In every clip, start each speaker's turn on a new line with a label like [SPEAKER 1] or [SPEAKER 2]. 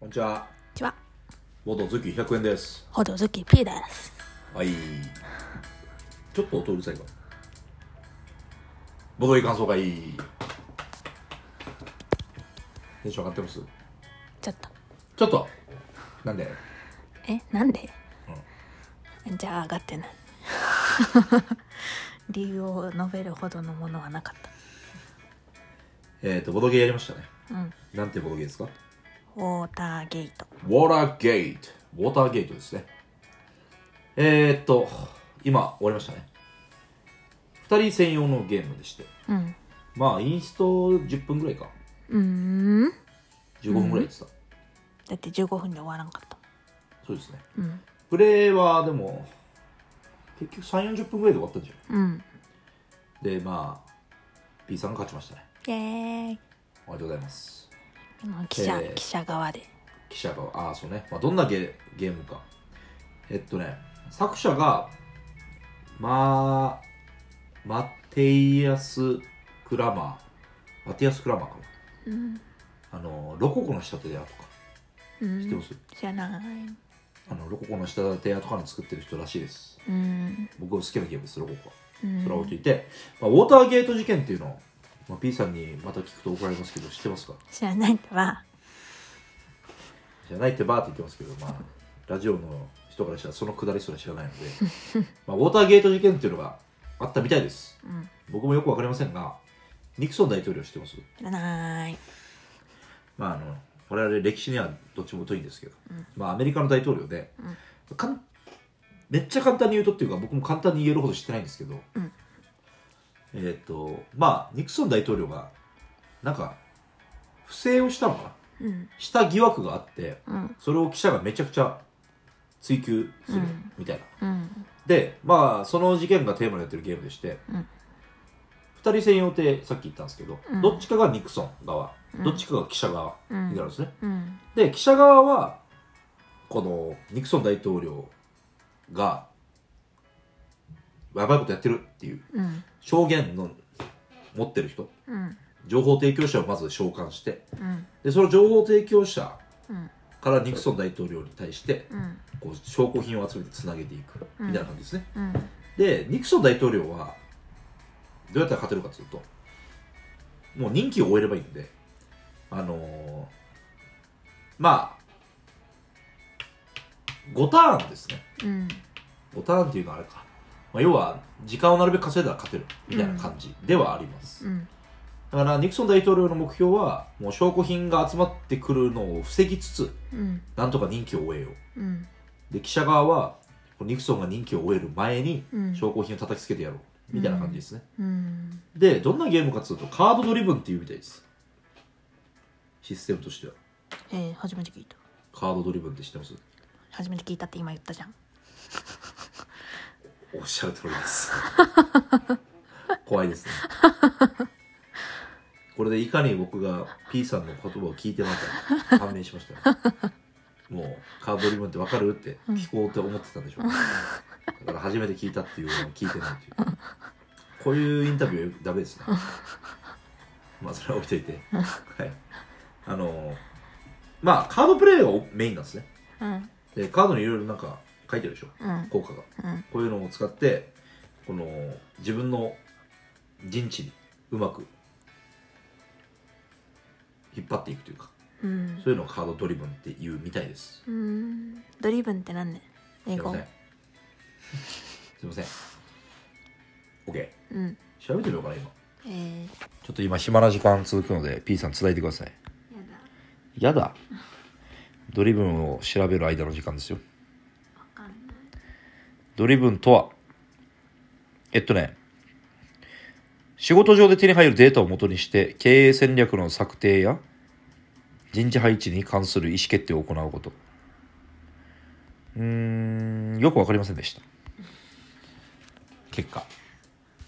[SPEAKER 1] こんにちは。
[SPEAKER 2] こんにちは。
[SPEAKER 1] 元月100円です。
[SPEAKER 2] ほどずき P です。
[SPEAKER 1] はい。ちょっと音うるさいか。ボドゲ感想会。テンション上がってます
[SPEAKER 2] ちょっと。
[SPEAKER 1] ちょっと。なんで
[SPEAKER 2] え、なんで、じゃあ上が ってない。理由を述べるほどのものはなかっ
[SPEAKER 1] えっ、と、ボドゲやりましたね。
[SPEAKER 2] た。うん。
[SPEAKER 1] なんてボドゲですか
[SPEAKER 2] ウォーターゲート。
[SPEAKER 1] ウォーターゲート。ウォーターゲートですね。えっ、と、今終わりましたね。二人専用のゲームでして。
[SPEAKER 2] うん。
[SPEAKER 1] まあ、インスト10分ぐらいか。
[SPEAKER 2] うーん。
[SPEAKER 1] 15分ぐらいやってた。
[SPEAKER 2] だって15分で終わらんかった。
[SPEAKER 1] そうですね。
[SPEAKER 2] うん。
[SPEAKER 1] プレイはでも結局3 4 0分ぐらいで終わったんじゃ
[SPEAKER 2] うん。
[SPEAKER 1] んでまあ P さんが勝ちましたね
[SPEAKER 2] イエーイ。
[SPEAKER 1] おめでとうございます
[SPEAKER 2] 今記者、
[SPEAKER 1] えー
[SPEAKER 2] 記者側で。
[SPEAKER 1] 記者がああそうね、まあ、どんなゲゲームかえっとね作者がまあマテイアス・クラマーマテイアス・クラマーか
[SPEAKER 2] うん。
[SPEAKER 1] なあのロココの仕立て屋とか
[SPEAKER 2] う
[SPEAKER 1] 知ってま
[SPEAKER 2] ん。
[SPEAKER 1] す、
[SPEAKER 2] 知らない。
[SPEAKER 1] あのロココの仕立て屋とかの作ってる人らしいです
[SPEAKER 2] うん。
[SPEAKER 1] 僕の好きなゲームですロココは
[SPEAKER 2] うん
[SPEAKER 1] それを置いて、まあ、ウォーターゲート事件っていうのを、まあ、P さんにまた聞くと怒られますけど知ってますか
[SPEAKER 2] 知らないわ。
[SPEAKER 1] じゃないってばーって言ってますけど、まあ、ラジオの人からしたらそのくだりすら知らないので、 まあ、ウォーターゲート事件っていうのがあったみたいです
[SPEAKER 2] うん。
[SPEAKER 1] 僕もよくわかりませんがニクソン大統領知ってます
[SPEAKER 2] 知らない。
[SPEAKER 1] まああの我々歴史にはどっちも疎いんですけど、
[SPEAKER 2] うん
[SPEAKER 1] まあアメリカの大統領で、
[SPEAKER 2] う
[SPEAKER 1] かんめっちゃ簡単に言うとっていうか僕も簡単に言えるほど知ってないんですけど、
[SPEAKER 2] うん
[SPEAKER 1] えーっ、とまあニクソン大統領がなんか不正をしたのかな
[SPEAKER 2] うん。
[SPEAKER 1] した疑惑があって
[SPEAKER 2] うん。
[SPEAKER 1] それを記者がめちゃくちゃ追及する
[SPEAKER 2] うん
[SPEAKER 1] みたいな、
[SPEAKER 2] うん。
[SPEAKER 1] でまあその事件がテーマでやってるゲームでして、
[SPEAKER 2] うん
[SPEAKER 1] 二2人専用ってさっき言ったんですけど、
[SPEAKER 2] うん
[SPEAKER 1] どっちかがニクソン側、
[SPEAKER 2] うん
[SPEAKER 1] どっちかが記者側
[SPEAKER 2] う。
[SPEAKER 1] になんるんですね、
[SPEAKER 2] うん。
[SPEAKER 1] で記者側はこのニクソン大統領がやばいことやってるっていう
[SPEAKER 2] うん。
[SPEAKER 1] 証言の持ってる人
[SPEAKER 2] うん。
[SPEAKER 1] 情報提供者をまず召喚して
[SPEAKER 2] うん。
[SPEAKER 1] でその情報提供者
[SPEAKER 2] うん。
[SPEAKER 1] からニクソン大統領に対して
[SPEAKER 2] うん。
[SPEAKER 1] こう証拠品を集めてつなげていくみたいな感じですね、
[SPEAKER 2] うん。
[SPEAKER 1] でニクソン大統領はどうやったら勝てるかというともう任期を終えればいいんであのーまあ5ターンですね
[SPEAKER 2] うん。
[SPEAKER 1] 5ターンっていうのはあれか、まあ、要は時間をなるべく稼いだら勝てるみたいな感じではあります、
[SPEAKER 2] うん。
[SPEAKER 1] だからニクソン大統領の目標はもう証拠品が集まってくるのを防ぎつつ
[SPEAKER 2] うん。
[SPEAKER 1] なんとか任期を終えよう
[SPEAKER 2] うん。
[SPEAKER 1] で記者側はニクソンが任期を終える前に
[SPEAKER 2] うん
[SPEAKER 1] 証拠品を叩きつけてやろうみたいな感じですね、
[SPEAKER 2] うん。
[SPEAKER 1] でどんなゲームかっつうとカードドリブンっていうみたいですシステムとしては
[SPEAKER 2] えー、初めて聞いた。
[SPEAKER 1] カードドリブンって知ってます
[SPEAKER 2] 初めて聞いたって今言ったじゃん。
[SPEAKER 1] おっしゃる通りです怖いですねこれでいかに僕が P さんの言葉を聞いてなかったか判明しましたね、もうカードドリブンってわかるって聞こうって思ってたんでしょう、だから初めて聞いたっていうのを聞いてないっていうこういうインタビューはよくダメですねまあそれは置いといてはいあのまあカードプレイがメインなんですね
[SPEAKER 2] うん。
[SPEAKER 1] でカードにいろいろなんか書いてるでしょ
[SPEAKER 2] うん。
[SPEAKER 1] 効果が
[SPEAKER 2] うん。
[SPEAKER 1] こういうのを使ってこの自分の陣地にうまく引っ張っていくというか
[SPEAKER 2] うん
[SPEAKER 1] そ。ういうのをカードドリブンっていうみたいです
[SPEAKER 2] うん。ドリブンって何ね
[SPEAKER 1] す
[SPEAKER 2] 英
[SPEAKER 1] いま
[SPEAKER 2] 語
[SPEAKER 1] せん。すいません OK
[SPEAKER 2] うん。
[SPEAKER 1] 調べてみようかな今
[SPEAKER 2] えー、や
[SPEAKER 1] ちょっと今暇な時間続くので P さん伝えてください
[SPEAKER 2] だ。
[SPEAKER 1] やだドリブンを調べる間の時間ですよ
[SPEAKER 2] わかんない。
[SPEAKER 1] ドリブンとは、えっとね、仕事上で手に入るデータを元にして、経営戦略の策定や人事配置に関する意思決定を行うこと。うーん、よくわかりませんでした。結果。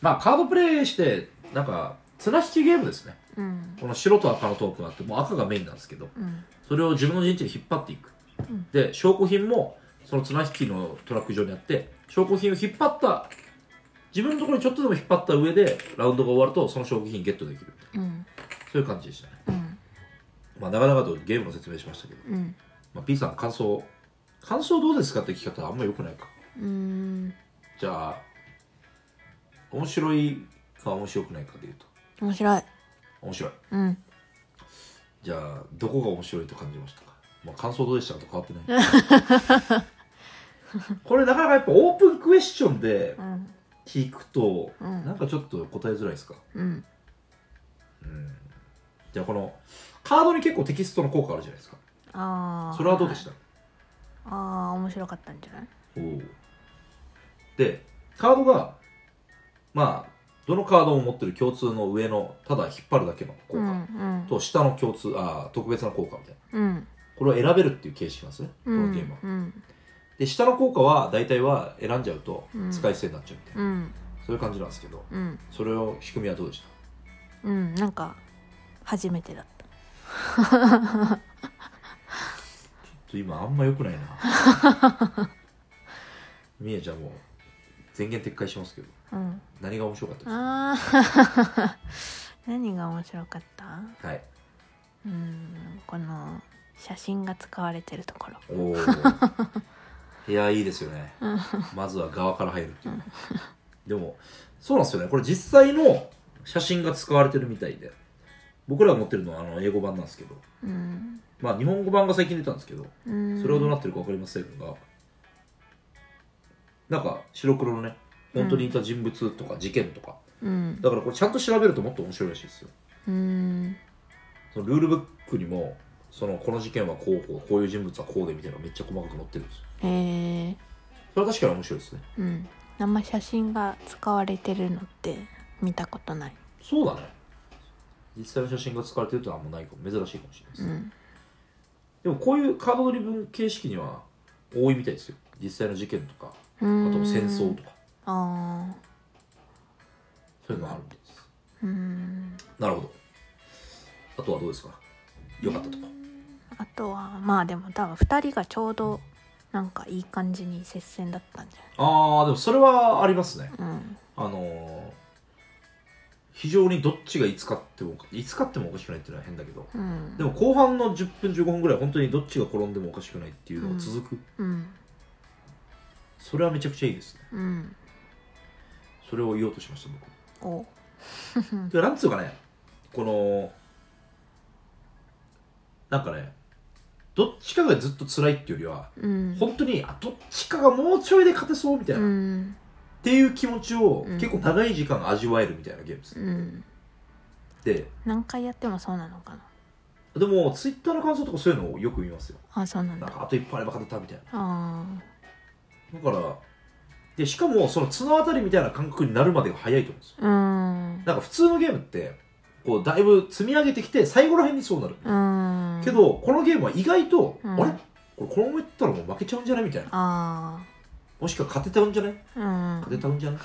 [SPEAKER 1] まあ、カードプレイして、なんか、綱引きゲームですね。
[SPEAKER 2] うん。
[SPEAKER 1] この白と赤のトークがあって、もう赤がメインなんですけど、
[SPEAKER 2] うん。
[SPEAKER 1] それを自分の陣地に引っ張っていく、
[SPEAKER 2] うん
[SPEAKER 1] で証拠品もその綱引きのトラック上にあって証拠品を引っ張った自分のところにちょっとでも引っ張った上でラウンドが終わるとその証拠品ゲットできる
[SPEAKER 2] うん。
[SPEAKER 1] そういう感じでしたね、
[SPEAKER 2] うん。
[SPEAKER 1] ままあ、長々とゲームの説明しましたけど、
[SPEAKER 2] うん
[SPEAKER 1] まあ、P さん感想感想どうですかって聞き方はあんま良くないか
[SPEAKER 2] うーん
[SPEAKER 1] じゃあ面白いか面白くないかで言うと
[SPEAKER 2] 面白い
[SPEAKER 1] 面白い
[SPEAKER 2] うん
[SPEAKER 1] じゃあどこが面白いと感じましたか、まあ、感想どうでしたかと変わってない これなかなかやっぱオープンクエスチョンで
[SPEAKER 2] うん
[SPEAKER 1] 聞くと、
[SPEAKER 2] うん
[SPEAKER 1] なんかちょっと答えづらいですか
[SPEAKER 2] うん
[SPEAKER 1] うんじゃあこのカードに結構テキストの効果あるじゃないですか
[SPEAKER 2] ああ
[SPEAKER 1] それはどうでした、
[SPEAKER 2] ああ面白かったんじゃない
[SPEAKER 1] おおでカードがまあどのカードも持ってる共通の上のただ引っ張るだけの効
[SPEAKER 2] う
[SPEAKER 1] 果、
[SPEAKER 2] んうん
[SPEAKER 1] と下の共通あー特別な効果みたいな
[SPEAKER 2] うん
[SPEAKER 1] これを選べるっていう形式なんですね、
[SPEAKER 2] うん
[SPEAKER 1] このゲームは
[SPEAKER 2] うん
[SPEAKER 1] で下の効果は大体は選んじゃうと
[SPEAKER 2] うん
[SPEAKER 1] 使い捨てになっちゃうみたいな、
[SPEAKER 2] うん
[SPEAKER 1] そういう感じなんですけど
[SPEAKER 2] うん
[SPEAKER 1] それを仕組みはどうでした
[SPEAKER 2] うんなんか初めてだった
[SPEAKER 1] ちょっと今あんま良くないな みえちゃんもう全言撤回しますけど
[SPEAKER 2] うん
[SPEAKER 1] 何が面白かったですか
[SPEAKER 2] ああ 何が面白かった
[SPEAKER 1] はい
[SPEAKER 2] うんこの写真が使われてるところ
[SPEAKER 1] おおいやいいですよね
[SPEAKER 2] うん
[SPEAKER 1] まずは側から入る っていうでもそうなんですよねこれ実際の写真が使われてるみたいで僕らが持ってるのはあの英語版なんですけど
[SPEAKER 2] うん
[SPEAKER 1] まあ日本語版が最近出たんですけど
[SPEAKER 2] うん
[SPEAKER 1] それはどうなってるか分かりませんが、なんか白黒のね本当にいた人物とか事件とか、
[SPEAKER 2] うん
[SPEAKER 1] だからこれちゃんと調べるともっと面白いらしいですよ
[SPEAKER 2] うん
[SPEAKER 1] そのルールブックにもそのこの事件はこうこうこういう人物はこうでみたいなのがめっちゃ細かく載ってるんですよ
[SPEAKER 2] へえ
[SPEAKER 1] それは確かに面白いですね
[SPEAKER 2] うんあんま写真が使われてるのって見たことない
[SPEAKER 1] そうだね実際の写真が使われてるってのはあんまないかも珍しいかもしれないです、
[SPEAKER 2] うん
[SPEAKER 1] でもこういうカードドリブン形式には多いみたいですよ実際の事件とか
[SPEAKER 2] あ
[SPEAKER 1] あと戦争とか
[SPEAKER 2] あ
[SPEAKER 1] そういうのがあるみたいです
[SPEAKER 2] ーうん
[SPEAKER 1] なるほどあとはどうですか良かったとこ
[SPEAKER 2] あとはまあでも多分2人がちょうどなんかいい感じに接戦だったんじ
[SPEAKER 1] ああでもそれはありますね
[SPEAKER 2] ゃないうん
[SPEAKER 1] あのー非常にどっちがいつ勝ってもおかいつ勝ってもおかしくないっていうのは変だけど
[SPEAKER 2] うん
[SPEAKER 1] でも後半の10分15分ぐらい本当にどっちが転んでもおかしくないっていうのが続く、
[SPEAKER 2] うん
[SPEAKER 1] それはめちゃくちゃいいですね
[SPEAKER 2] うん
[SPEAKER 1] それを言おうとしました僕
[SPEAKER 2] お
[SPEAKER 1] でなんつうかねこのなんかねどっちかがずっと辛いっていうよりは
[SPEAKER 2] うん
[SPEAKER 1] 本当にあどっちかがもうちょいで勝てそうみたいな、
[SPEAKER 2] う
[SPEAKER 1] っ
[SPEAKER 2] ん
[SPEAKER 1] ていう気持ちを
[SPEAKER 2] うん
[SPEAKER 1] 結構長い時間味わえるみたいなゲームです、
[SPEAKER 2] うん
[SPEAKER 1] で
[SPEAKER 2] 何回やってもそうなのかな
[SPEAKER 1] でもツイッターの感想とかそういうのをよく見ますよ
[SPEAKER 2] あそうなん
[SPEAKER 1] なん
[SPEAKER 2] だ
[SPEAKER 1] かあと一歩あれば勝てたみたい
[SPEAKER 2] あ
[SPEAKER 1] なだからでしかもその綱渡りみたいな感覚になるまでが早いと思うんですよ
[SPEAKER 2] あうん
[SPEAKER 1] なんか普通のゲームってこうだいぶ積み上げてきて最後らへんにそうなる、
[SPEAKER 2] うん
[SPEAKER 1] けどこのゲームは意外と、
[SPEAKER 2] うん
[SPEAKER 1] あれこれこのままいったらもう負けちゃうんじゃないみたいな
[SPEAKER 2] あ
[SPEAKER 1] もしくは勝てたんじゃない
[SPEAKER 2] あうん
[SPEAKER 1] 勝てたんじゃない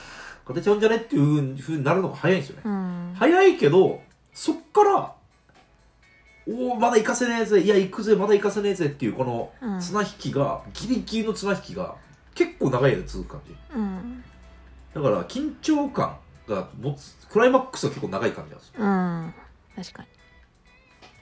[SPEAKER 1] 勝てちゃうんじゃないっていうふうになるのが早いんですよね、
[SPEAKER 2] うん
[SPEAKER 1] 早いけどそっからおおまだ行かせねえぜいや行くぜまだ行かせねえぜっていうこの
[SPEAKER 2] うん
[SPEAKER 1] 綱引きが、ギリギリの綱引きが結構長い間続く感じ
[SPEAKER 2] うん
[SPEAKER 1] だから緊張感が持つクライマックスが結構長い感じなんですよ
[SPEAKER 2] うん確かに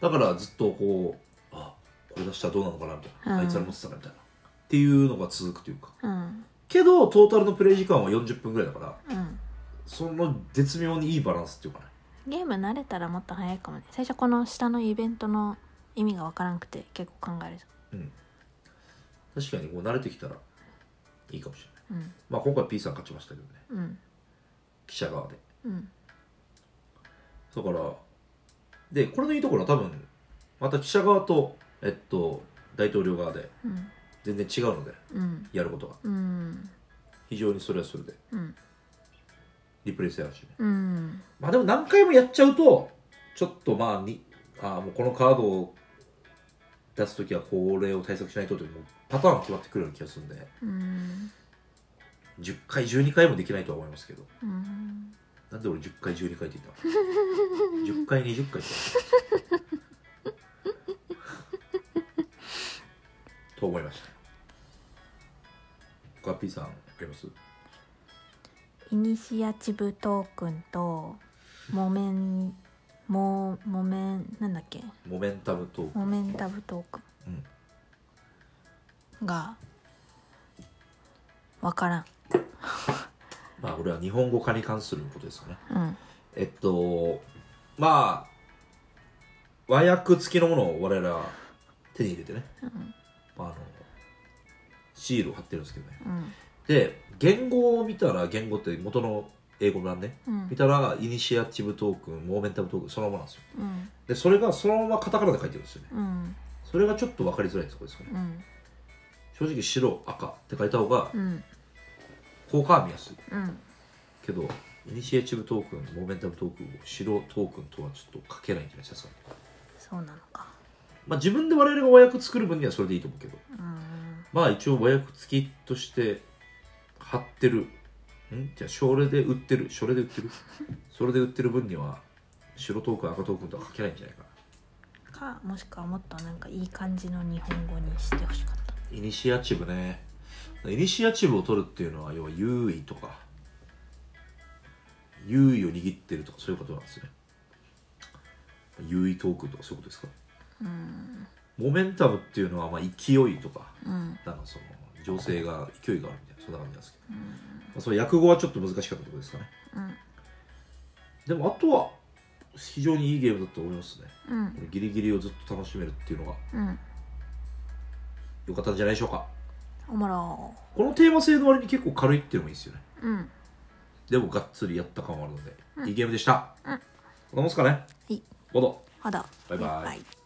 [SPEAKER 1] だからずっとこうあこれ出したらどうなのかなみたいな、
[SPEAKER 2] うん
[SPEAKER 1] あいつら持ってたなみたいなっていうのが続くというか
[SPEAKER 2] うん
[SPEAKER 1] けどトータルのプレイ時間は40分ぐらいだから
[SPEAKER 2] うん
[SPEAKER 1] その絶妙にいいバランスっていうかね
[SPEAKER 2] ゲーム慣れたらもっと早いかもね最初この下のイベントの意味がわからんくて結構考えるぞ
[SPEAKER 1] 確かにこう慣れてきたらいいかもしれない
[SPEAKER 2] うん
[SPEAKER 1] まあ今回 P さん勝ちましたけどね
[SPEAKER 2] うん
[SPEAKER 1] 記者側で
[SPEAKER 2] うん
[SPEAKER 1] だからでこれのいいところは多分また記者側とえっと大統領側で
[SPEAKER 2] うん
[SPEAKER 1] 全然違うので
[SPEAKER 2] うん
[SPEAKER 1] やることが
[SPEAKER 2] うん
[SPEAKER 1] 非常にそれはそれで
[SPEAKER 2] うん
[SPEAKER 1] リプレイ性あるしね
[SPEAKER 2] うん
[SPEAKER 1] まあでも何回もやっちゃうとちょっとまあにあーもうこのカードを出す時はこれを対策しないとってもうパターンが決まってくるような気がするんで
[SPEAKER 2] うん
[SPEAKER 1] 10回12回もできないとは思いますけど
[SPEAKER 2] うん
[SPEAKER 1] なんで俺10回12回って言 ったの ?10 回20回って 言ったと思いました。ガッピーさん、あります
[SPEAKER 2] イニシアチブトークンと木綿もモメンなんだっけ
[SPEAKER 1] モメンタムトーク
[SPEAKER 2] モメンタムトーク
[SPEAKER 1] うん
[SPEAKER 2] がわからん
[SPEAKER 1] まあ俺は日本語化に関することですかね
[SPEAKER 2] うん
[SPEAKER 1] えっとまあ和訳付きのものを我々は手に入れてね、
[SPEAKER 2] ん
[SPEAKER 1] まあ、あのシールを貼ってるんですけどね
[SPEAKER 2] うん
[SPEAKER 1] で言語を見たら言語って元の英語なんね
[SPEAKER 2] うん
[SPEAKER 1] 見たらイニシアチブトークンモーメンタムトークンそのままなんですよ
[SPEAKER 2] うん
[SPEAKER 1] でそれがそのままカタカナで書いてるんですよね
[SPEAKER 2] うん
[SPEAKER 1] それがちょっと分かりづらいところですかね
[SPEAKER 2] うん
[SPEAKER 1] 正直白赤って書いた方が
[SPEAKER 2] うん
[SPEAKER 1] 効果は見やすい
[SPEAKER 2] うん
[SPEAKER 1] けどイニシアチブトークンモーメンタムトークンを白トークンとはちょっと書けないんじゃないですか
[SPEAKER 2] そうなのか
[SPEAKER 1] まあ自分で我々が和訳作る分にはそれでいいと思うけど
[SPEAKER 2] うん
[SPEAKER 1] まあ一応和訳付きとして貼ってるんじゃあそれで売ってるそれで売ってるそれで売ってる分には白トークン赤トークンとは書けないんじゃないかな
[SPEAKER 2] かもしくはもっとなんかいい感じの日本語にしてほしかった
[SPEAKER 1] イニシアチブねイニシアチブを取るっていうのは要は優位とか優位を握ってるとかそういうことなんですね優位トークンとかそういうことですか
[SPEAKER 2] うん
[SPEAKER 1] モメンタムっていうのはまあ勢いとか
[SPEAKER 2] うん
[SPEAKER 1] なんかその情勢が勢いがあるみたいなそんな感じなんですけど、まあ、その訳語はちょっと難しかったところですかね
[SPEAKER 2] うん
[SPEAKER 1] でもあとは非常にいいゲームだと思いますね
[SPEAKER 2] うん
[SPEAKER 1] ギリギリをずっと楽しめるっていうのが
[SPEAKER 2] うん
[SPEAKER 1] 良かったんじゃないでしょうか
[SPEAKER 2] おもろ
[SPEAKER 1] このテーマ性の割に結構軽いっていうのもいいですよね
[SPEAKER 2] うん
[SPEAKER 1] でもがっつりやった感もあるので、
[SPEAKER 2] うん
[SPEAKER 1] いいゲームでした、
[SPEAKER 2] うん
[SPEAKER 1] こんなもんすかね
[SPEAKER 2] はい
[SPEAKER 1] どうぞ
[SPEAKER 2] あだ
[SPEAKER 1] バイバイ
[SPEAKER 2] イ